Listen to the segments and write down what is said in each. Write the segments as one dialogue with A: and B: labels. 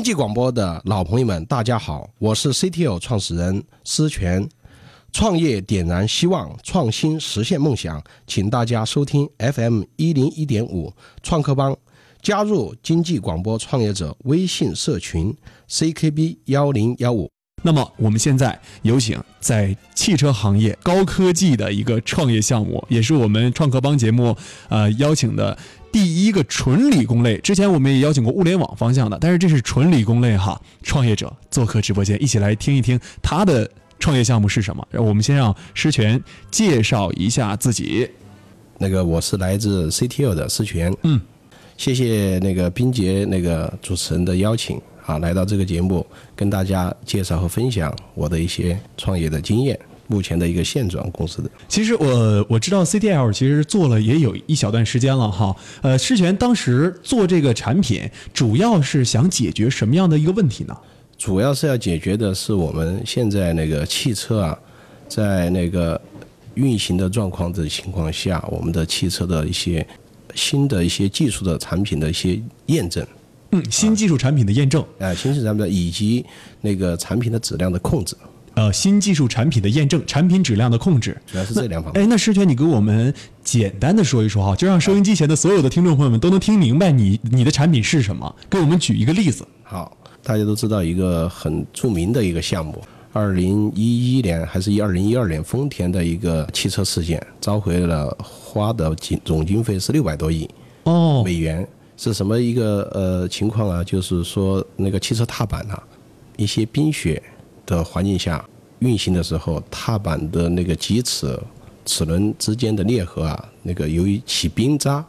A: 经济广播的老朋友们，大家好，我是 CTO 创始人施权。创业点燃希望，创新实现梦想，请大家收听 FM 一零一点五创客帮，加入经济广播创业者微信社群 CKB 幺零幺五。
B: 那么我们现在有请在汽车行业高科技的一个创业项目，也是我们创客帮节目呃邀请的第一个纯理工类。之前我们呃也邀请过物联网方向的，但是这是纯理工类哈。创业者做客直播间，一起来听一听他的创业项目是什么。然后我们先让施权介绍一下自己。
A: 那个我是来自 CTO 的思权，
B: 嗯，
A: 谢谢那个冰洁那个主持人的邀请啊，来到这个节目跟大家介绍和分享我的一些创业的经验，目前的一个现状公司的。
B: 其实我我知道 CTL 其实做了也有一小段时间了哈。呃，施权当时做这个产品，主要是想解决什么样的一个问题呢？
A: 主要是要解决的是我们现在那个汽车啊，在那个运行的状况的情况下，我们的汽车的一些新的一些技术的产品的一些验证，
B: 嗯，新技术产品的验证，
A: 啊、新式产品的以及那个产品的质量的控制，
B: 呃，新技术产品的验证，产品质量的控制。
A: 主要是这两方面。
B: 哎，那施权，你给我们简单的说一说哈，就让收音机前的所有的听众朋友们都能听明白你你的产品是什么。给我们举一个例子。
A: 好，大家都知道一个很著名的一个项目，二零一一年还是一二零一二年，丰田的一个汽车事件，召回了花的经总经费是六百多亿
B: 哦，
A: 美元，是什么一个呃情况啊？就是说那个汽车踏板啊，一些冰雪的环境下运行的时候，踏板的那个棘齿齿轮之间的裂合啊，那个由于起冰渣，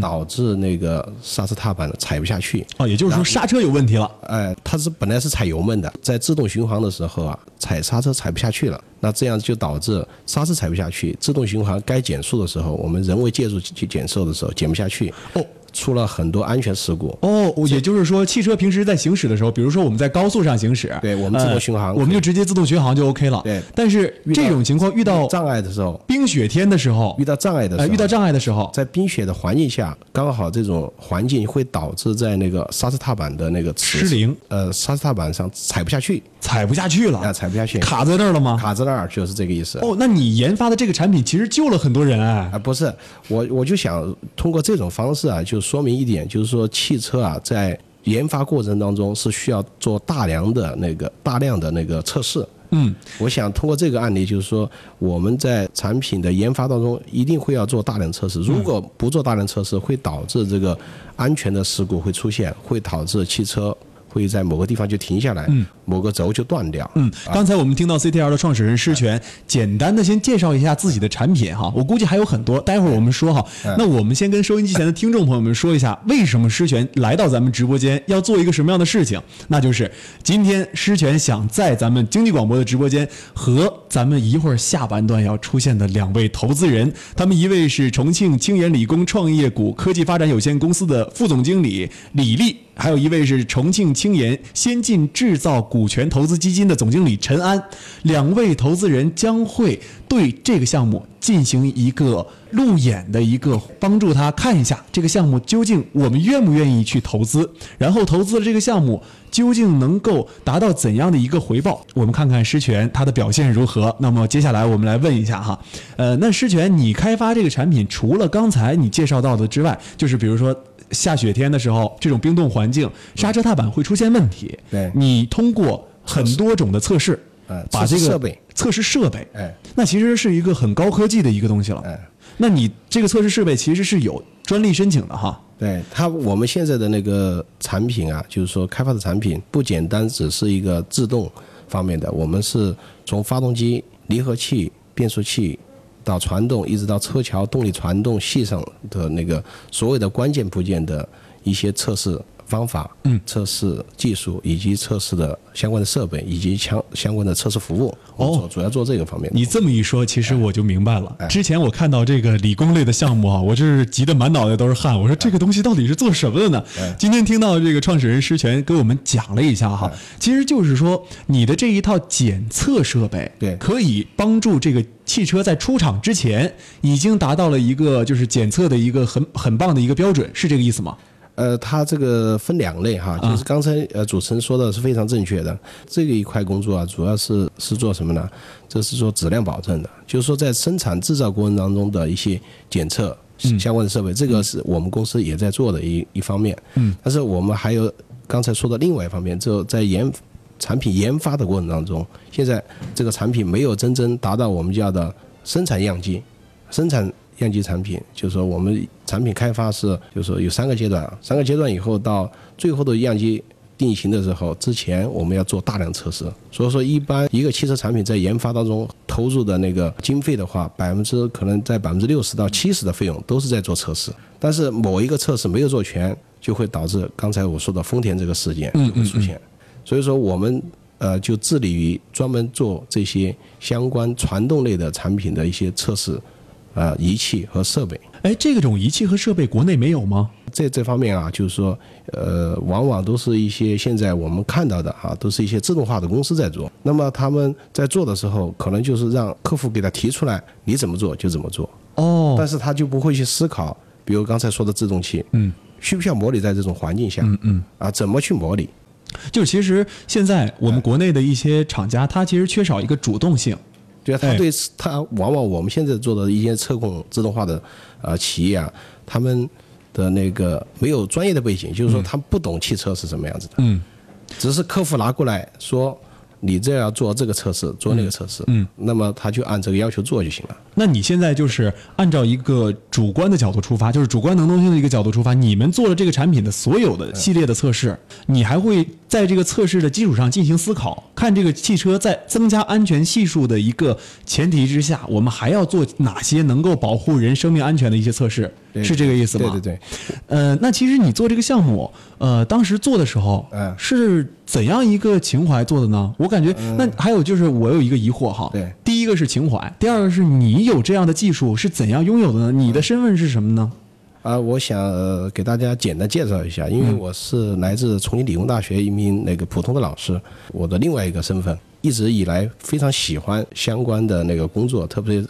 A: 导致那个刹车踏板踩不下去。
B: 哦，也就是说刹车有问题了。
A: 哎，它是本来是踩油门的，在自动巡航的时候啊，踩刹车踩不下去了，那这样就导致刹车踩不下去，自动巡航该减速的时候，我们人为介入去减速的时候减不下去，
B: 哦
A: 出了很多安全事故。
B: 哦，我也就是说，汽车平时在行驶的时候，比如说我们在高速上行驶，
A: 对我们自动巡航
B: 呃我们就直接自动巡航就 OK 了。
A: 对
B: 但是这种情况遇到
A: 障碍的时候，
B: 冰雪天的时候
A: 遇，到障碍的时
B: 呃，
A: 候，
B: 遇到障碍的时候，
A: 在冰雪的环境下，刚好这种环境会导致在那个刹车踏板的那个齿
B: 失灵，
A: 呃，刹车踏板上踩不下去
B: 踩不下去
A: 啊，
B: 了，
A: 踩不下去，
B: 卡在那儿了吗？
A: 卡在那儿就是这个意思。
B: 哦，那你研发的这个产品其实救了很多人哎。
A: 啊，不是，我我就想通过这种方式啊，就说明一点，就是说汽车啊，在研发过程当中是需要做大量的那个大量的那个测试。
B: 嗯，
A: 我想通过这个案例，就是说我们在产品的研发当中一定会要做大量测试，
B: 嗯
A: 如果不做大量测试，会导致这个安全的事故会出现，会导致汽车会在某个地方就停下来，某个轴就断掉。
B: 嗯，刚才我们听到 CTR 的创始人施权，简单的先介绍一下自己的产品哈，我估计还有很多，待会儿我们说哈。那我们先跟收音机前的听众朋友们说一下，为什么施权来到咱们直播间要做一个什么样的事情？那就是今天施权想在咱们经济广播的直播间和咱们一会儿下半段要出现的两位投资人，他们一位是重庆青研理工创业谷科技发展有限公司的副总经理李丽。还有一位是重庆青研先进制造股权投资基金的总经理陈安，两位投资人将会对这个项目进行一个路演的一个帮助他看一下这个项目究竟我们愿不愿意去投资，然后投资了这个项目究竟能够达到怎样的一个回报？我们看看施权他的表现如何。那么接下来我们来问一下哈，呃，那施权你开发这个产品除了刚才你介绍到的之外，就是比如说下雪天的时候，这种冰冻环境，刹车踏板会出现问题。
A: 对
B: 你通过很多种的测试
A: 呃，
B: 把
A: 测
B: 这
A: 试
B: 个
A: 设备
B: 测试设备，
A: 哎，
B: 那其实是一个很高科技的一个东西了。
A: 哎，
B: 那你这个测试设备其实是有专利申请的哈。
A: 对它，我们现在的那个产品啊，就是说开发的产品不简单，只是一个制动方面的，我们是从发动机、离合器、变速器到传动，一直到车桥动力传动系上的那个所有的关键部件的一些测试方法、嗯、测试技术以及测试的相关的设备以及相相关的测试服务。我主主要做这个方面的。
B: 你这么一说，其实我就明白了。之前我看到这个理工类的项目啊，我就是急得满脑袋都是汗。我说这个东西到底是做什么的呢？今天听到这个创始人施权给我们讲了一下哈，其实就是说你的这一套检测设备，
A: 对
B: 可以帮助这个汽车在出厂之前已经达到了一个就是检测的一个很很棒的一个标准，是这个意思吗？
A: 呃，它这个分两类哈，就是刚才呃主持人说的是非常正确的。这个一块工作啊，主要是是做什么呢？这是做质量保证的，就是说在生产制造过程当中的一些检测相关的设备，这个是我们公司也在做的一一方面。嗯，但是我们还有刚才说的另外一方面，就在研产品研发的过程当中，现在这个产品没有真正达到我们叫的生产样机，生产样机产品，就是说我们产品开发是，就是说有三个阶段啊，三个阶段以后到最后的样机定型的时候，之前我们要做大量测试，所以说一般一个汽车产品在研发当中投入的那个经费的话，百分之可能在百分之六十到七十的费用都是在做测试，但是某一个测试没有做全，就会导致刚才我说的丰田这个事件就会出现。所以说我们呃就致力于专门做这些相关传动类的产品的一些测试，呃仪器和设备。
B: 哎，这种仪器和设备国内没有吗？
A: 这这方面啊，就是说，呃，往往都是一些现在我们看到的啊，都是一些自动化的公司在做。那么他们在做的时候，可能就是让客户给他提出来，你怎么做就怎么做，
B: 哦，
A: 但是他就不会去思考，比如刚才说的制动器，嗯，需不需要模拟在这种环境下，嗯嗯，啊，怎么去模拟？
B: 就是其实现在我们国内的一些厂家，它其实缺少一个主动性。
A: 对啊，
B: 哎
A: 他对他往往我们现在做的一些测控自动化的呃企业啊，他们的那个没有专业的背景，就是说他们不懂汽车是什么样子的，
B: 嗯，
A: 只是客户拿过来说你这要做这个测试，做那个测试，嗯，那么他就按这个要求做就行了。
B: 那你现在就是按照一个主观的角度出发，就是主观能动性的一个角度出发，你们做了这个产品的所有的系列的测试，你还会在这个测试的基础上进行思考，看这个汽车在增加安全系数的一个前提之下，我们还要做哪些能够保护人生命安全的一些测试，
A: 对
B: 是这个意思吗？
A: 对对对，
B: 呃，那其实你做这个项目，呃，当时做的时候，
A: 嗯
B: 是怎样一个情怀做的呢？我感觉，那还有就是我有一个疑惑哈，
A: 对
B: 第一个是情怀，第二个是你有这样的技术是怎样拥有的呢？
A: 嗯
B: 你的身份是什么呢？
A: 啊，我想呃给大家简单介绍一下，因为我是来自重庆理工大学一名那个普通的老师，我的另外一个身份，一直以来非常喜欢相关的那个工作，特别是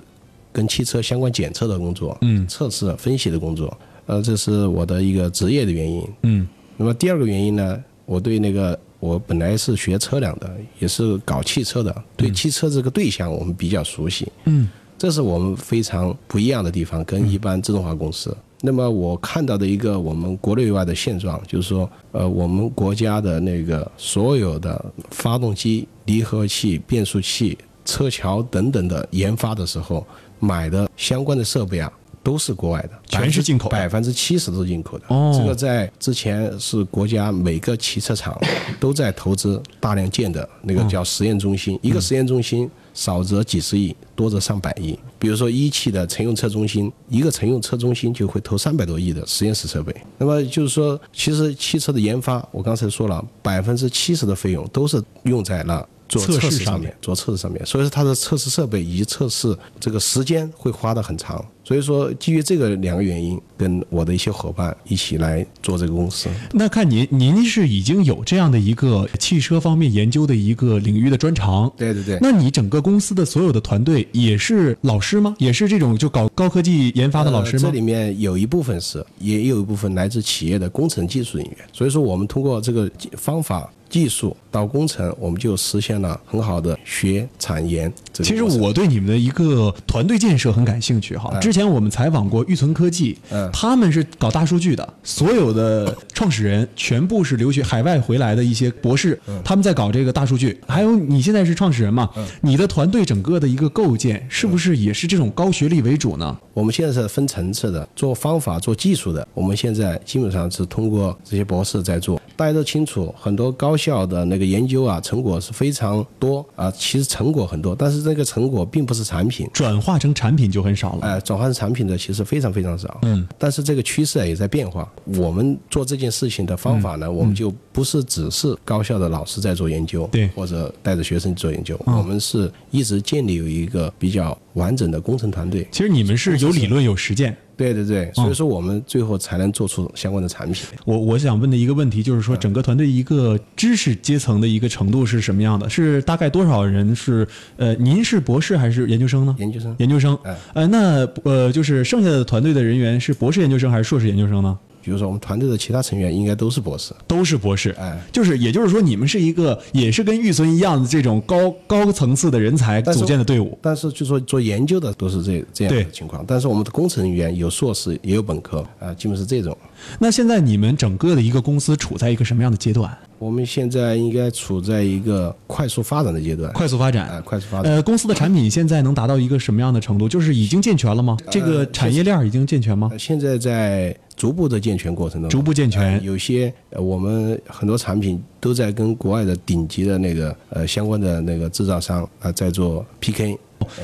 A: 跟汽车相关检测的工作，嗯，测试分析的工作，呃，这是我的一个职业的原因。
B: 嗯，
A: 那么第二个原因呢，我对那个我本来是学车辆的，也是搞汽车的，对汽车这个对象我们比较熟悉。
B: 嗯，
A: 这是我们非常不一样的地方，跟一般自动化公司。那么我看到的一个我们国内外的现状，就是说，呃，我们国家的那个所有的发动机、离合器、变速器、车桥等等的研发的时候，买的相关的设备啊，都是国外的，
B: 全是进口的
A: 百分之七十都是进口的。
B: 哦
A: 这个在之前是国家每个汽车厂都在投资大量建的那个叫实验中心，一个实验中心少则几十亿，多则上百亿。比如说一汽的乘用车中心，一个乘用车中心就会投三百多亿的实验室设备。那么就是说，其实汽车的研发，我刚才说了，百分之七十的费用都是用在了。做
B: 测试
A: 测试
B: 上
A: 上面。做测试上面，所以说它的测试设备以及测试这个时间会花得很长。所以说，基于这个两个原因，跟我的一些伙伴一起来做这个公司。
B: 那看您，您是已经有这样的一个汽车方面研究的一个领域的专长，
A: 对对对
B: 那你整个公司的所有的团队也是老师吗？也是这种就搞高科技研发的老师
A: 呃
B: 吗
A: 这？里面有一部分是，也有一部分来自企业的工程技术人员。所以说，我们通过这个技方法、技术到工程，我们就实现了很好的学产研这个
B: 其实
A: 过程
B: 我对你们的一个团队建设很感兴趣哈。之前我们采访过玉存科技，他们是搞大数据的，所有的创始人全部是留学海外回来的一些博士，他们在搞这个大数据。还有你现在是创始人嘛，你的团队整个的一个构建是不是也是这种高学历为主呢？
A: 我们现在是分层次的，做方法、做技术的，我们现在基本上是通过这些博士在做。大家都清楚，很多高校的那个研究啊，成果是非常多啊，其实成果很多，但是这个成果并不是产品。
B: 转化成产品就很少了。
A: 哎，转化成产品的其实非常非常少，嗯，但是这个趋势啊也在变化。我们做这件事情的方法呢，我们就不是只是高校的老师在做研究，
B: 对
A: 或者带着学生做研究，我们是一直建立有一个比较完整的工程团队，
B: 其实你们是有理论有实践。
A: 对对
B: 嗯
A: 对，所以说我们最后才能做出相关的产品。
B: 我我想问的一个问题就是说，整个团队一个知识阶层的一个程度是什么样的？是大概多少人是？呃，您是博士还是研究嗯生呢？
A: 研究生
B: 研究生。呃，那呃，就是剩下的团队的人员是博士研究生还是硕士研究生呢？
A: 比如说我们团队的其他成员应该都是博士，
B: 都是博士，
A: 哎，
B: 就是也就是说，你们是一个也是跟玉存一样的这种高高层次的人才
A: 但是
B: 组建的队伍，
A: 但是就说做研究的都是这这样的
B: 对
A: 情况，但是我们的工程人员有硕士也有本科，啊、基本是这种。
B: 那现在你们整个的一个公司处在一个什么样的阶段？
A: 我们现在应该处在一个快速发展的阶段，
B: 快速发展。
A: 啊、快速发展。
B: 呃，公司的产品现在能达到一个什么样的程度？就是已经健全了吗？这个产业链儿已经健全吗？
A: 呃现在在逐步的健全过程当中，
B: 逐步健全
A: 呃有些呃我们很多产品都在跟国外的顶级的那个呃相关的那个制造商啊、在做 PK，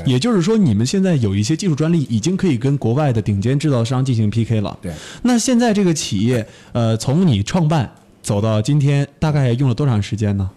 B: 也就是说，你们现在有一些技术专利，已经可以跟国外的顶尖制造商进行 PK 了。
A: 对。
B: 那现在这个企业，呃，从你创办走到今天，大概用了多长时间呢？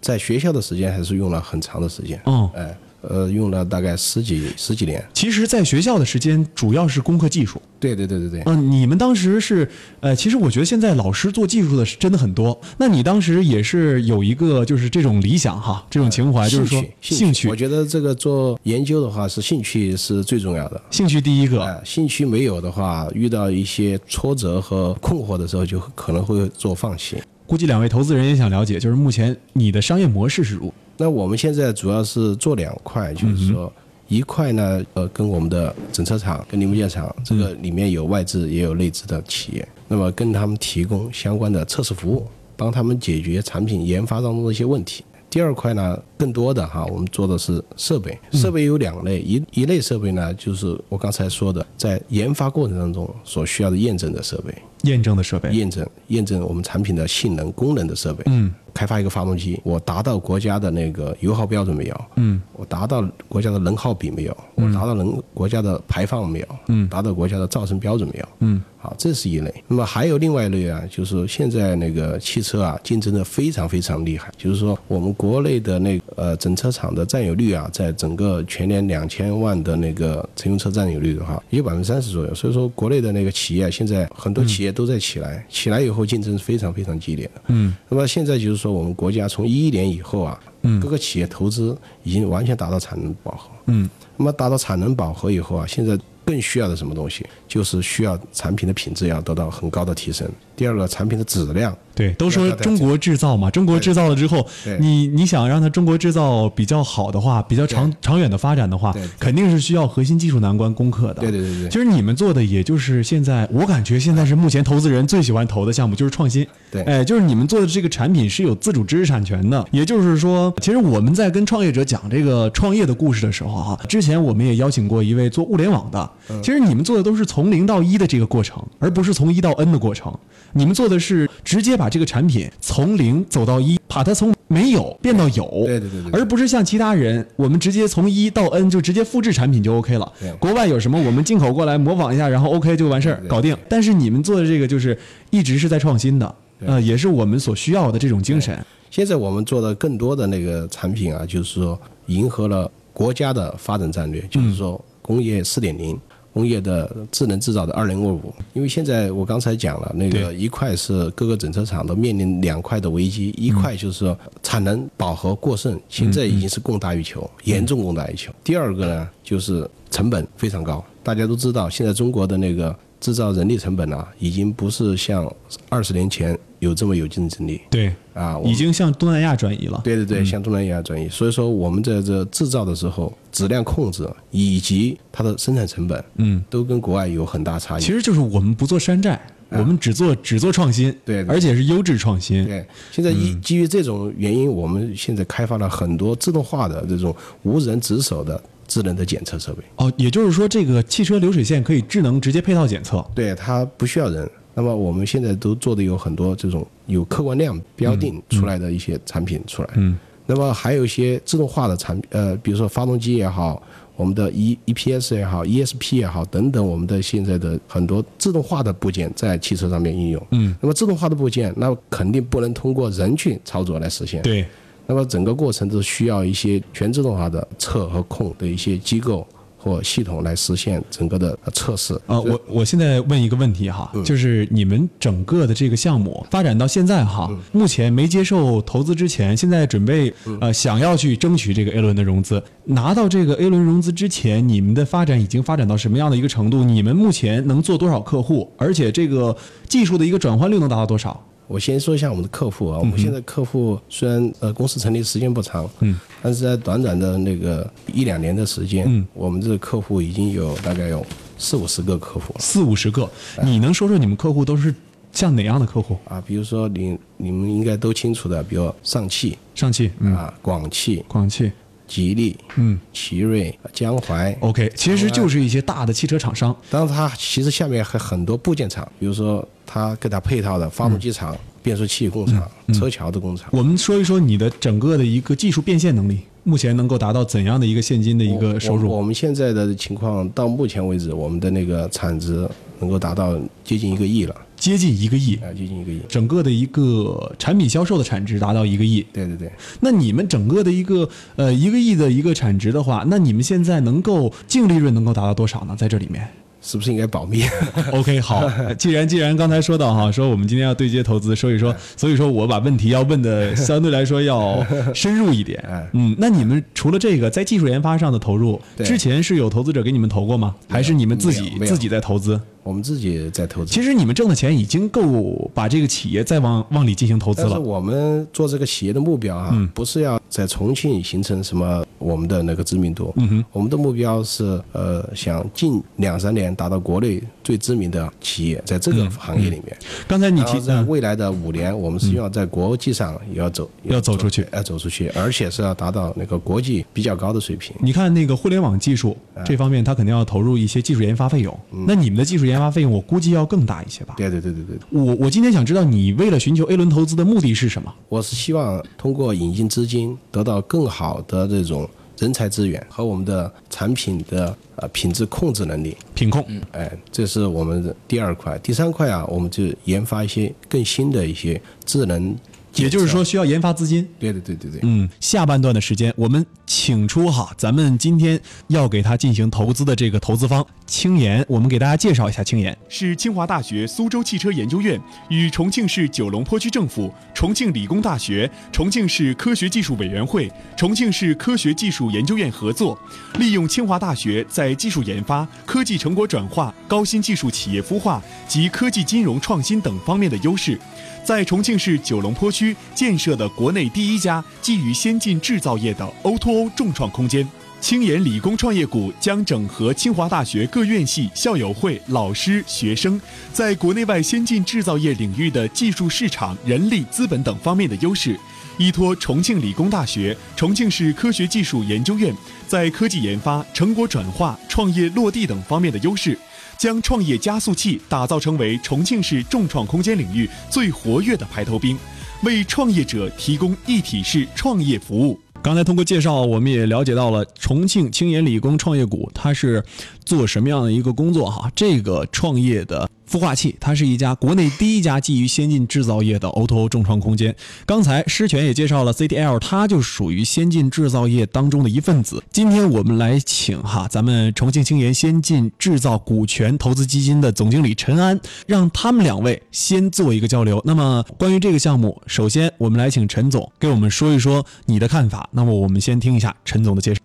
A: 在学校的时间还是用了很长的时间，
B: 嗯，
A: 哎、呃，用了大概十几十几年。
B: 其实，在学校的时间主要是攻克技术。
A: 对对对对对。
B: 嗯、你们当时是，呃，其实我觉得现在老师做技术的是真的很多。那你当时也是有一个就是这种理想哈，这种情怀，就是说
A: 兴
B: 趣
A: 我，觉得这个做研究的话，是兴趣是最重要的。
B: 兴趣第一个。
A: 啊，兴趣没有的话，遇到一些挫折和困惑的时候，就可能会做放弃。
B: 估计两位投资人也想了解，就是目前你的商业模式是如
A: 那我们现在主要是做两块，就是说。一块呢，呃，跟我们的整车厂、跟零部件厂，这个里面有外资也有内资的企业，那么跟他们提供相关的测试服务，帮他们解决产品研发当中的一些问题。第二块呢，更多的哈，我们做的是设备，设备有两类，一一类设备呢，就是我刚才说的，在研发过程当中所需要的验证的设备，
B: 验证的设备。
A: 验证验证我们产品的性能、功能的设备。嗯，开发一个发动机，我达到国家的那个油耗标准没有？嗯，我达到国家的能耗比没有？我达到能国家的排放没有？嗯，达到国家的噪声标准没有？嗯，好，这是一类。那么还有另外一类啊，就是现在那个汽车啊，竞争的非常非常厉害，就是说我们国内的那个呃整车厂的占有率啊，在整个全年两千万的那个乘用车占有率的话，也有百分之三十左右。所以说，国内的那个企业现在很多企业都在起来，起来以后竞争是非常非常激烈的。嗯，那么现在就是说，我们国家从一一年以后啊，嗯，各个企业投资已经完全达到产能饱和。
B: 嗯，
A: 那么达到产能饱和以后啊，现在更需要的什么东西？就是需要产品的品质要得到很高的提升。第二个，产品的质量
B: 对，都
A: 要
B: 说
A: 大家
B: 中国制造嘛，中国制造了之后，
A: 对
B: 你你想让它中国制造比较好的话，比较长长远的发展的话
A: 对对，
B: 肯定是需要核心技术难关攻克的。
A: 对对对对
B: 其实你们做的，也就是现在，我感觉现在是目前投资人最喜欢投的项目，就是创新。
A: 对
B: 哎，就是你们做的这个产品是有自主知识产权的，也就是说，其实我们在跟创业者讲这个创业的故事的时候啊，之前我们也邀请过一位做物联网的，
A: 嗯
B: 其实你们做的都是从零到一的这个过程，而不是从一到 N 的过程。你们做的是直接把这个产品从零走到一，把它从没有变到有，
A: 对对对对对
B: 而不是像其他人，我们直接从一到 N 就直接复制产品就 OK 了
A: 对。
B: 国外有什么我们进口过来模仿一下，然后 OK 就完事儿
A: 对对
B: 搞定。但是你们做的这个就是一直是在创新的，呃，也是我们所需要的这种精神。
A: 现在我们做的更多的那个产品啊，就是说迎合了国家的发展战略，就是说工业四点零。工业的智能制造的二零二五，因为现在我刚才讲了，那个一块是各个整车厂都面临两块的危机，一块就是说产能饱和过剩，现在已经是供大于求，严重供大于求。第二个呢，就是成本非常高，大家都知道，现在中国的那个制造人力成本啊，已经不是像二十年前有这么有竞争力
B: 对，
A: 啊。我们
B: 已经向东南亚转移了。
A: 对对对，向东南亚转移。所以说，我们在这制造的时候，质量控制啊以及它的生产成本，
B: 嗯，
A: 都跟国外有很大差异。
B: 其实就是我们不做山寨，我们只做只做创新，
A: 啊对对
B: 而且是优质创新。
A: 对，现在
B: 嗯
A: 一基于这种原因，我们现在开发了很多自动化的这种无人值守的智能的检测设备。
B: 哦，也就是说，这个汽车流水线可以智能直接配套检测。
A: 对，它不需要人。那么我们现在都做的有很多这种有客观量标定出来的一些产品出来。
B: 嗯
A: 那么还有一些自动化的产品，呃，比如说发动机也好，我们的 E EPS 也好，ESP 也好等等，我们的现在的很多自动化的部件在汽车上面应用。
B: 嗯，
A: 那么自动化的部件，那肯定不能通过人去操作来实现。
B: 对，
A: 那么整个过程都需要一些全自动化的测和控的一些机构或系统来实现整个的呃测试。
B: 啊，我我现在问一个问题哈，就是你们整个的这个项目发展到现在哈，目前没接受投资之前，现在准备呃想要去争取这个 A 轮的融资，拿到这个 A 轮融资之前，你们的发展已经发展到什么样的一个程度？你们目前能做多少客户？而且这个技术的一个转换率能达到多少？
A: 我先说一下我们的客户啊，我们现在客户虽然呃公司成立时间不长，嗯，但是在短短的那个一两年的时间，嗯，我们这个客户已经有大概有四五十个客户了
B: 四五十个，你能说说你们客户都是像哪样的客户？
A: 啊，比如说你你们应该都清楚的，比如上汽
B: 上汽、嗯
A: 啊、广汽、
B: 广汽
A: 吉利、嗯、哦奇瑞、江淮，
B: ，OK，其实就是一些大的汽车厂商。
A: 当然它其实下面还很多部件厂，比如说它给它配套的发动机厂、变速器工厂、车桥的工厂。
B: 我们说一说你的整个的一个技术变现能力，目前能够达到怎样的一个现金的一个收
A: 我
B: 入？
A: 我们现在的情况到目前为止，我们的那个产值能够达到接近一个亿了，
B: 接近一个亿，
A: 啊，接近一个亿。
B: 整个的一个产品销售的产值达到一个亿。
A: 对对对，
B: 那你们整个的一个呃一个亿的一个产值的话，那你们现在能够净利润能够达到多少呢？在这里面？
A: 是不是应该保密？
B: OK，好，既然既然刚才说到哈，说我们今天要对接投资，所以说
A: 哎
B: 所以说我把问题要问 的相对来说要深入一点。嗯，那你们除了这个，在技术研发上的投入，
A: 哎对
B: 之前是有投资者给你们投过吗？还是你们自
A: 没有
B: 己
A: 没有
B: 自己在投资？
A: 我们自己在投资。
B: 其实你们挣的钱已经够把这个企业再往往里进行投资
A: 但是
B: 了。
A: 我们做这个企业的目标啊，
B: 嗯
A: 不是要在重庆形成什么我们的那个知名度，嗯、我们的目标是呃，想近两三年达到国内最知名的企业，在这
B: 嗯
A: 个行业里面。
B: 刚才你
A: 然后
B: 提嗯
A: 在未来的五年，我们是要在国际上也要走，
B: 嗯要走出去，
A: 要走出去，而且是要达到那个国际比较高的水平。
B: 你看那个互联网技术
A: 哎
B: 这方面，它肯定要投入一些技术研发费用。
A: 嗯
B: 那你们的技术研发费用，我估计要更大一些吧？
A: 对对对对对，
B: 我我今天想知道你为了寻求 A 轮投资的目的是什么？
A: 我是希望通过引进资金，得到更好的这种人才资源和我们的产品的呃品质控制能力。
B: 品控，
C: 嗯
A: 哎，这是我们的第二块。第三块啊，我们就研发一些更新的一些智能。
B: 也就是，说需要研发资金。
A: 对对对对对，
B: 嗯，下半段的时间，我们请出哈，咱们今天要给他进行投资的这个投资方青岩，我们给大家介绍一下青岩。
C: 是清华大学苏州汽车研究院与重庆市九龙坡区政府、重庆理工大学、重庆市科学技术委员会、重庆市科学技术研究院合作，利用清华大学在技术研发、科技成果转化、高新技术企业孵化及科技金融创新等方面的优势，在重庆市九龙坡区建设的国内第一家基于先进制造业的 O2O 众创空间。青研理工创业谷将整合清华大学各院系、校友会、老师、学生，在国内外先进制造业领域的技术、市场、人力、资本等方面的优势，依托重庆理工大学、重庆市科学技术研究院在科技研发、成果转化、创业落地等方面的优势，将创业加速器打造成为重庆市众创空间领域最活跃的排头兵，为创业者提供一体式创业服务。
B: 刚才通过介绍，我们也了解到了重庆青研理工创业谷，它是做什么样的一个工作哈？这个创业的孵化器，它是一家国内第一家基于先进制造业的 O2O 众创空间。刚才施权也介绍了 CDL，它就属于先进制造业当中的一份子。今天我们来请哈咱们重庆青研先进制造股权投资基金的总经理陈安，让他们两位先做一个交流。那么关于这个项目，首先我们来请陈总给我们说一说你的看法。那么我们先听一下陈总的介绍。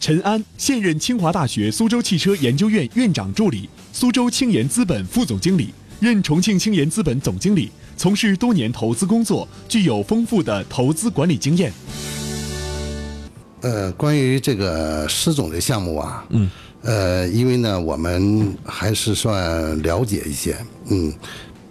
C: 陈安，现任清华大学苏州汽车研究院院长助理、苏州青研资本副总经理，任重庆青研资本总经理，从事多年投资工作，具有丰富的投资管理经验。
D: 呃，关于这个施总的项目啊，嗯，呃，因为呢，我们还是算了解一些，嗯，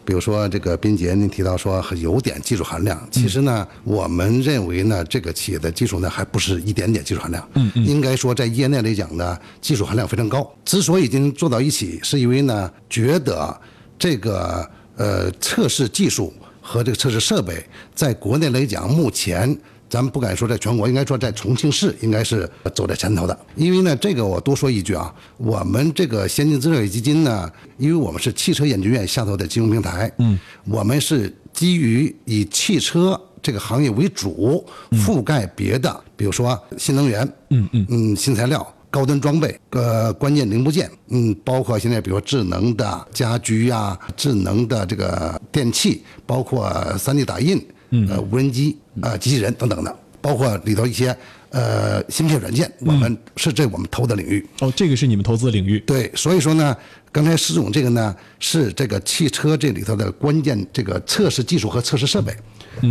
D: 比如说这个斌杰您提到说有点技术含量，其实呢，我们认为呢，这个企业的技术呢还不是一点点技术含量，嗯嗯，应该说在业内来讲呢，技术含量非常高。之所以已经做到一起，是因为呢，觉得这个呃测试技术和这个测试设备，在国内来讲，目前咱们不敢说在全国，应该说在重庆市应该是走在前头的。因为呢，这个我多说一句啊，我们这个先进制造业基金呢，因为我们是汽车研究院下头的金融平台，嗯，我们是基于以汽车这个行业为主，覆盖别的，比如说新能源，嗯嗯嗯，新材料。高端装备，呃，关键零部件，嗯，包括现在比如说智能的家居呀、智能的这个电器，包括 3D 打印，呃，无人机，呃，机器人等等的，包括里头一些呃芯片软件，我们是这我们投的领域。
B: 哦，这个是你们投资的领域。
D: 对，所以说呢，刚才施总这个呢是这个汽车这里头的关键这个测试技术和测试设备，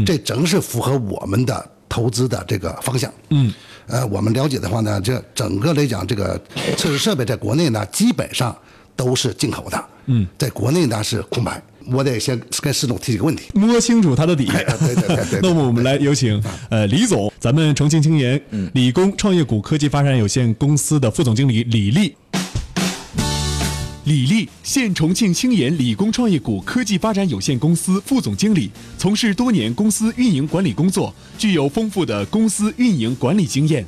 D: 这正是符合我们的投资的这个方向。嗯，呃，我们了解的话呢，这整个来讲，这个测试设备在国内呢基本上都是进口的。嗯，在国内呢是空白。我得先跟施总提几个问题。
B: 摸清楚它的底。
D: 对对对 对对
B: 那么我们来有请呃李总，咱们重庆青研
D: 嗯
B: 理工创业谷科技发展有限公司的副总经理李丽。
C: 李丽，现重庆青研理工创业谷科技发展有限公司副总经理，从事多年公司运营管理工作，具有丰富的公司运营管理经验。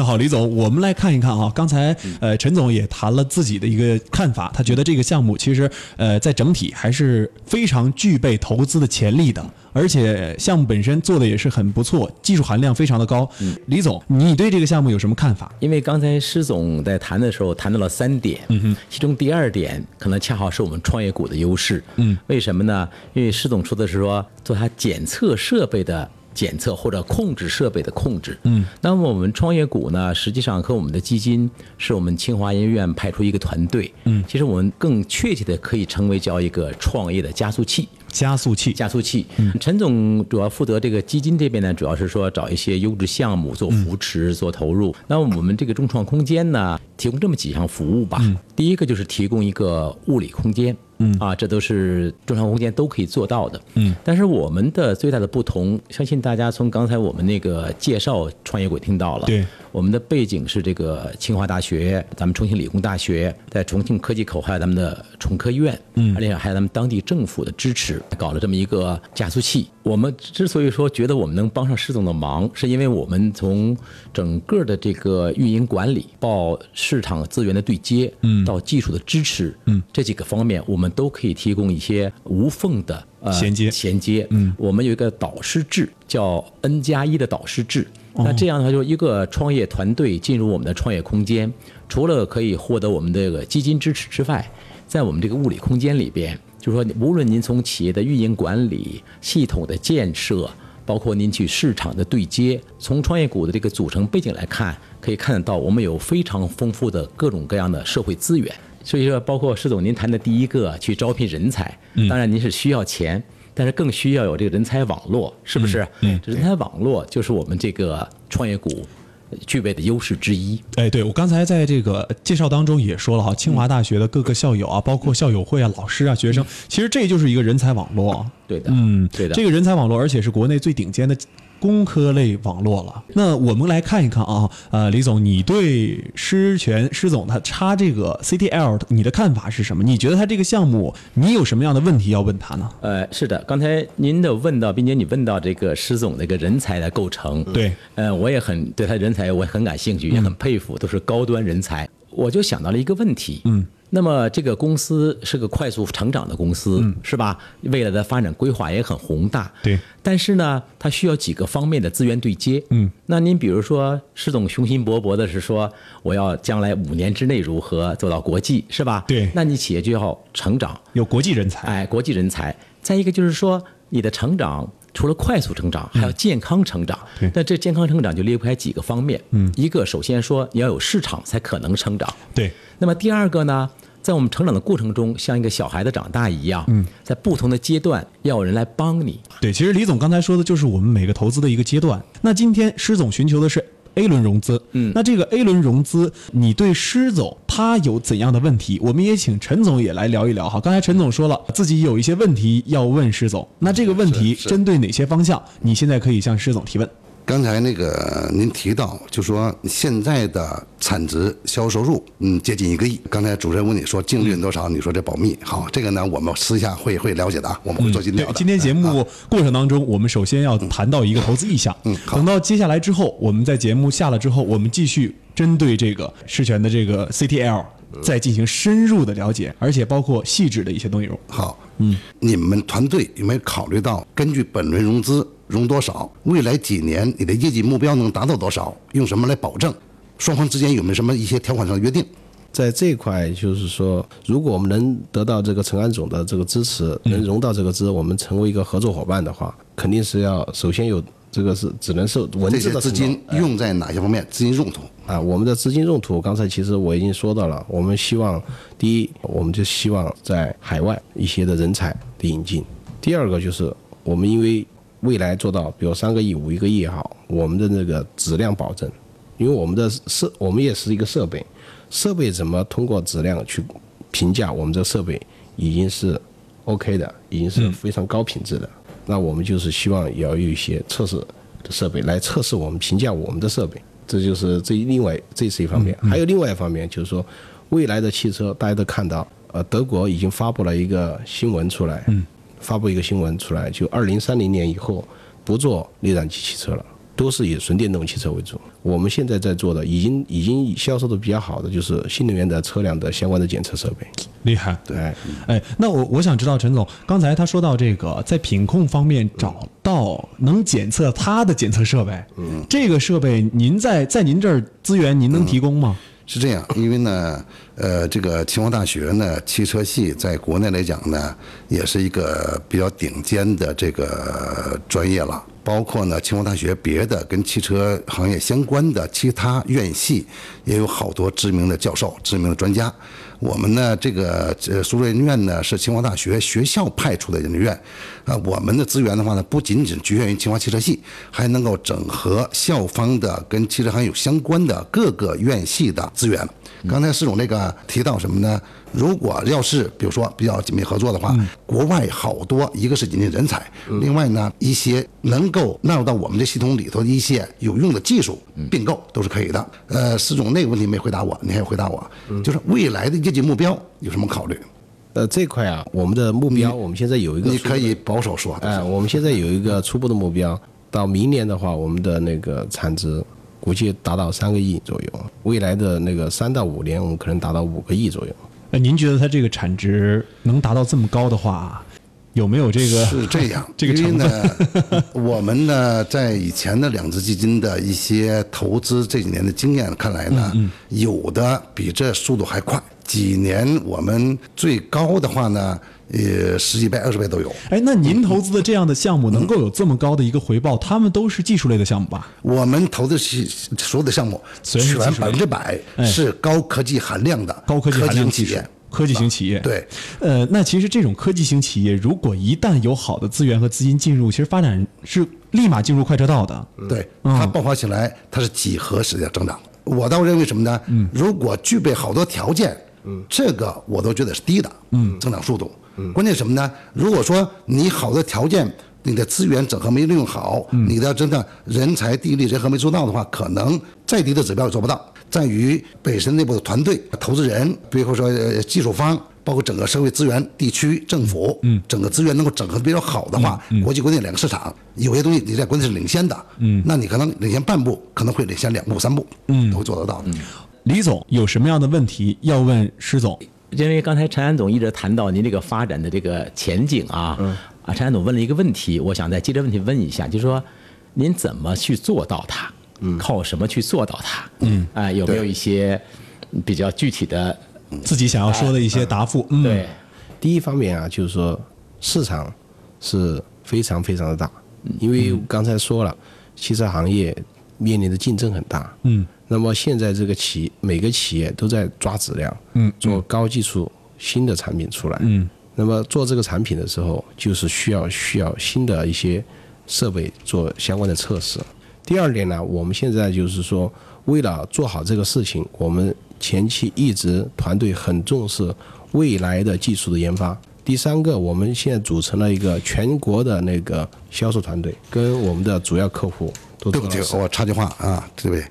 B: 那好，李总，我们来看一看啊，刚才呃陈总也谈了自己的一个看法，他觉得这个项目其实呃在整体还是非常具备投资的潜力的，而且项目本身做的也是很不错，技术含量非常的高。李总，你对这个项目有什么看法？
E: 因为刚才施总在谈的时候谈到了三点，嗯其中第二点可能恰好是我们创业股的优势，嗯，为什么呢？因为施总说的是说做它检测设备的。检测或者控制设备的控制，嗯，那么我们创业股呢，实际上和我们的基金是我们清华研究院派出一个团队，嗯，其实我们更确切的可以成为叫一个创业的加速器，
B: 加速器，
E: 加速器。陈总主要负责这个基金这边呢，主要是说找一些优质项目做扶持、做投入。那我们这个众创空间呢，提供这么几项服务吧。第一个就是提供一个物理空间。嗯啊，这都是众创空间都可以做到的。嗯，但是我们的最大的不同，相信大家从刚才我们那个介绍创业轨听到了。
B: 对，
E: 我们的背景是这个清华大学、咱们重庆理工大学，在重庆科技口还有咱们的重科院，嗯，而且还有咱们当地政府的支持，搞了这么一个加速器。我们之所以说觉得我们能帮上施总的忙，是因为我们从整个的这个运营管理到市场资源的对接，嗯，到技术的支持，嗯，这几个方面我们都可以提供一些无缝的。呃
B: 衔接
E: 衔接，嗯，我们有一个导师制，叫 N 加一的导师制。那这样的话，就是一个创业团队进入我们的创业空间，除了可以获得我们这个基金支持之外，在我们这个物理空间里边，就是说，无论您从企业的运营管理、系统的建设，包括您去市场的对接，从创业股的这个组成背景来看，可以看得到我们有非常丰富的各种各样的社会资源。所以说，包括施总您谈的第一个去招聘人才，当然您是需要钱，但是更需要有这个人才网络，是不是？嗯，这人才网络就是我们这个创业股具备的优势之一。
B: 哎，对我刚才在这个介绍当中也说了哈，清华大学的各个校友啊，包括校友会啊、老师啊、学生，其实这就是一个人才网络啊。
E: 对的，
B: 嗯，
E: 对的。
B: 这个人才网络，而且是国内最顶尖的工科类网络了。那我们来看一看啊，呃，李总，你对施权施总他插这个 CTL，你的看法是什么？你觉得他这个项目，你有什么样的问题要问他呢？
E: 呃，是的，刚才您的问到，并且你问到这个施总的一个人才的构成，
B: 对，嗯
E: 呃，我也很对他人才我也很感兴趣，也很佩服，都是高端人才。我就想到了一个问题，嗯，那么这个公司是个快速成长的公司，是吧？未来的发展规划也很宏大，
B: 嗯对。
E: 但是呢，它需要几个方面的资源对接，嗯。那您比如说，施总雄心勃勃的是说，我要将来五年之内如何做到国际，是吧？
B: 对
E: 那你企业就要成长，
B: 有国际人才，
E: 哎，国际人才。再一个就是说，你的成长除了快速成长，还要健康成长。
B: 对
E: 那这健康成长就离不开几个方面。嗯，一个首先说你要有市场才可能成长。
B: 对，
E: 那么第二个呢，在我们成长的过程中，像一个小孩子长大一样，嗯，在不同的阶段要有人来帮你。
B: 对，其实李总刚才说的就是我们每个投资的一个阶段。那今天施总寻求的是 A 轮融资，嗯，那这个 A 轮融资，你对施总他有怎样的问题？我们也请陈总也来聊一聊哈。刚才陈总说了自己有一些问题要问施总，那这个问题
D: 是是
B: 针对哪些方向？你现在可以向施总提问。
D: 刚才那个您提到，就说现在的产值销售收入，嗯，接近一个亿。刚才主持人问你说净利润多少，你说这保密。好，这个呢，我们私下会会了解的啊，我们会做尽
B: 嗯对
D: 量的。，啊
B: 今天节目过程当中，我们首先要谈到一个投资意向。
D: 嗯好
B: 等到接下来之后，我们在节目下了之后，我们继续针对这个事权
D: 嗯
B: 的这个 CTL 再进行深入的了解，而且包括细致的一些内容。
D: 好，嗯，你们团队有没有考虑到根据本轮融资融多少，未来几年你的业绩目标能达到多少，用什么来保证？双方之间有没有什么一些条款上的约定？
A: 在这一块，就是说，如果我们能得到这个陈安总的这个支持，
D: 嗯
A: 能融到这个资，我们成为一个合作伙伴的话，肯定是要首先有这个是只能是文
D: 这
A: 字
D: 些
A: 的哎
D: 资
A: 承诺
D: 金用在哪些方面？资金用途？
A: 啊，我们的资金用途，刚才其实我已经说到了，我们希望第一，我们就希望在海外一些的人才的引进；第二个就是我们因为未来做到，比如三个亿、五一个亿也好，我们的那个质量保证，因为我们的设我们也是一个设备，设备怎么通过质量去评价我们这个设备已经是 OK 的，已经是非常高品质的。那我们就是希望也要有一些测试的设备来测试我们评价我们的设备，这就是这另外这是一方面。
D: 嗯
A: 还有另外一方面就是说，未来的汽车大家都看到，呃，德国已经发布了一个新闻出来，
D: 嗯
A: 发布一个新闻出来，就二零三零年以后不做内燃机汽车了。都是以纯电动汽车为主。我们现在在做的，已经已经销售的比较好的，就是新能源的车辆的相关的检测设备。
B: 厉害。
A: 对，
D: 嗯
B: 哎，那我我想知道，陈总刚才他说到这个，在品控方面找到能检测它的检测设备，嗯，这个设备您在在您这儿资源您能提供吗？
D: 是这样，因为呢，呃，这个清华大学呢，汽车系在国内来讲呢，也是一个比较顶尖的这个专业了。包括呢，清华大学别的跟汽车行业相关的其他院系，也有好多知名的教授、知名的专家。我们呢，这个呃，苏州研究院呢是清华大学学校派出的研究院，啊、我们的资源的话呢，不仅仅局限于清华汽车系，还能够整合校方的跟汽车行业有相关的各个院系的资源。刚才施总那个提到什么呢？如果要是比如说比较紧密合作的话，
A: 嗯
D: 国外好多一个是引进人才，另外呢一些能够纳入到我们这系统里头的一些有用的技术
A: 嗯
D: 并购都是可以的。呃，施总那个问题没回答我，你还要回答我，
A: 嗯
D: 就是未来的业绩目标有什么考虑？
A: 呃，这块啊，我们的目标，我们现在有一个
D: 你
A: 初步
D: 可
A: 的
D: 以保守说，
A: 哎，我们现在有一个初步的目标，到明年的话，我们的那个产值估计达到三个亿左右，未来的那个三到五年，我们可能达到五个亿左右。
B: 哎，您觉得它这个产值能达到这么高的话，有没有这个
D: 是这样
B: ，这个
D: 因为
B: 成本？
D: 呢， 我们呢在以前的两只基金的一些投资这几年的经验看来呢，
B: 嗯
D: 有的比这速度还快，几年我们最高的话呢，呃，十几倍、二十倍都有。
B: 哎，那您投资的这样的项目能够有这么高的一个回报，他们都是技术类的项目吧？
D: 我们投的是所有的项目，
B: 全是技术
D: 全
B: 类
D: 百分之百是高科技含量的
B: 哎高科技含量
D: 型
B: 技
D: 企
B: 术
D: 业。，
B: 科技型企业。
D: 对，
B: 呃，那其实这种科技型企业，如果一旦有好的资源和资金进入，其实发展是立马进入快车道的。
D: 对，它爆发起来，它是几何式的增长。我倒认为什么呢？嗯，如果具备好多条件，嗯，这个我都觉得是低的，嗯，增长速度。嗯，关键什么呢？如果说你好的条件，你的资源整合没利用好，你的真的人才、地利、人和没做到的话，可能再低的指标也做不到。在于本身内部的团队、投资人，包括说呃技术方，包括整个社会资源、地区、政府，嗯，整个资源能够整合的比较好的话，国际国内两个市场，有些东西你在国内是领先的，嗯，那你可能领先半步，可能会领先两步、三步，嗯，都会做得到的。
B: 李总有什么样的问题要问施总？
E: 因为刚才陈安总一直谈到您这个发展的这个前景啊，啊，陈安总问了一个问题，我想再接着问题问一下，就是说您怎么去做到它？嗯，靠什么去做到它？嗯，啊、有没有一些比较具体的？
B: 自己想要说的一些答复。嗯，
E: 对，
A: 第一方面啊，就是说市场是非常非常的大，因为刚才说了，汽车行业面临的竞争很大。嗯，那么现在这个企每个企业都在抓质量，嗯，做高技术新的产品出来。嗯，那么做这个产品的时候，就是需要需要新的一些设备做相关的测试。第二点呢，我们现在就是说，为了做好这个事情，我们前期一直团队很重视未来的技术的研发。第三个，我们现在组成了一个全国的那个销售团队，跟我们的主要客户都
D: 对
A: 做
D: 不
A: 了
D: 起
A: 是，
D: 我插句话啊，对不对？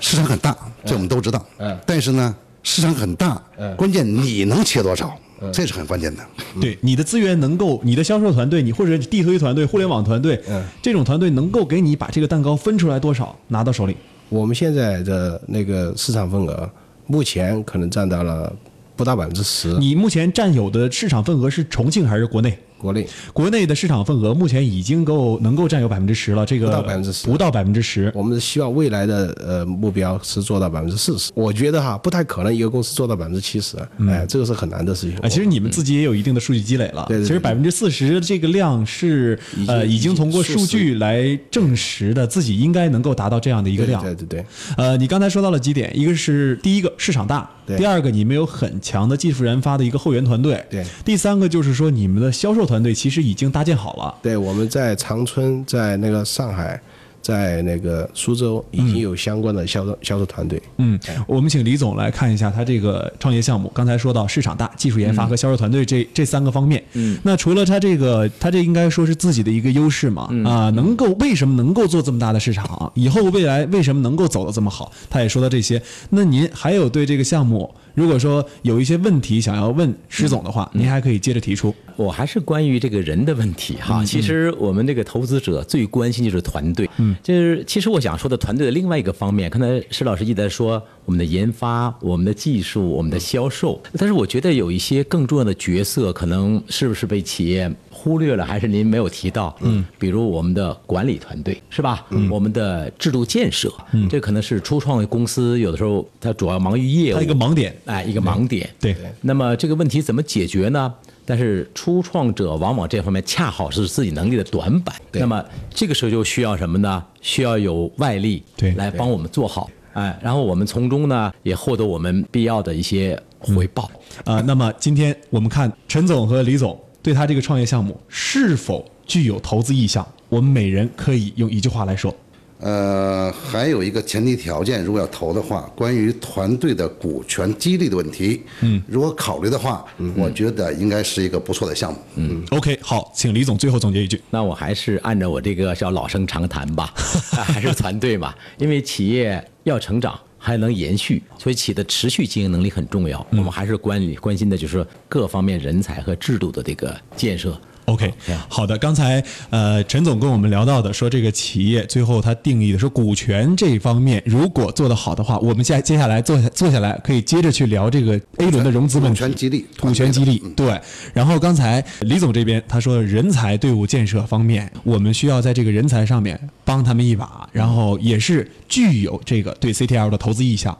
D: 市场很大，这我们都知道。嗯。但是呢，市场很大，关键你能切多少，这是很关键的。
B: 对，你的资源能够，你的销售团队，你或者地推团队、互联网团队，
D: 嗯
B: 这种团队能够给你把这个蛋糕分出来多少，拿到手里。
A: 我们现在的那个市场份额，目前可能占到了不到百分之
D: 嗯
A: 十。
B: 你目前占有的市场份额是重庆还是国内？
A: 国内
B: 国内的市场份额目前已经够能够占有百分之十了，这个
A: 不到10%
B: 不到百分之十。
A: 我们希望未来的呃目标是做到百分之四十。我觉得哈，不太可能一个公司做到百分之七十，哎，这个是很难的事情。
B: 嗯啊，其实你们自己也有一定的数据积累了。
A: 对对对
B: 其实百分之四十这个量是
A: 已经
B: 呃已
A: 已
B: 经
A: 经
B: 通过
A: 数
B: 数
A: 十
B: 据来证实的，自己应该能够达到这样的一
A: 一
B: 个量。
A: 对对对，
B: 呃，你刚才说到了几点，一个是第一个市场大，
A: 对
B: 第二个你们有很强的技术研发的一个后援团队，
A: 对
B: 第三个就是说你们的销售团队其实已经搭建好了。
A: 对，我们在长春，在那个上海，在那个苏州已经有相关的销售、销售团队。
B: 嗯，我们请李总来看一下他这个创业项目。刚才说到市场大、技术研发和销售团队这、这三个方面。嗯，那除了他这个，他这应该说是自己的一个优势嘛？啊，能够为什么能够做这么大的市场？以后未来为什么能够走得这么好？他也说到这些。那您还有对这个项目，如果说有一些问题想要问施总的话，您还可以接着提出。
E: 我还是关于这个人的问题哈。其实我们这个投资者最关心就是团队，嗯，就是其实我想说的团队的另外一个方面，刚才施老师一直在说我们的研发、我们的技术、我们的销售，但是我觉得有一些更重要的角色，可能是不是被企业忽略了，还是您没有提到？嗯，比如我们的管理团队是吧？嗯，我们的制度建设，嗯，这可能是初创公司有的时候它主要忙于业务，
B: 他一个盲点，
E: 哎一个盲点，
B: 对，
E: 那么这个问题怎么解决呢？但是初创者往往这方面恰好是自己能力的短板。那么这个时候就需要什么呢？需要有外力
B: 对
E: 来帮我们做好，哎，然后我们从中呢也获得我们必要的一些回报。
B: 啊、那么今天我们看陈总和李总对他这个创业项目是否具有投资意向，我们每人可以用一句话来说。
D: 呃，还有一个前提条件，如果要投的话，关于团队的股权激励的问题，嗯，如果考虑的话，我觉得应该是一个不错的项目。嗯，
B: OK，好，请李总最后总结一句。
E: 那我还是按照我这个叫老生常谈 吧，哎还是团队吧，因为企业要成长。还能延续，所以企业的持续经营能力很重要。
B: 嗯
E: 我们还是关关心的就是各方面人才和制度的这个建设。
B: OK，好的。刚才呃，陈总跟我们聊到的，说这个企业最后他定义的说股权这一方面，如果做得好的话，我们下接下来坐下坐下来，可以接着去聊这个 A 轮的融资问
D: 股
B: 题。
D: 权激励，
B: 股权激励，
D: 嗯
B: 对。然后刚才李总这边他说，人才队伍建设方面，我们需要在这个人才上面帮他们一把，然后也是具有这个对 CTL 的投资意向。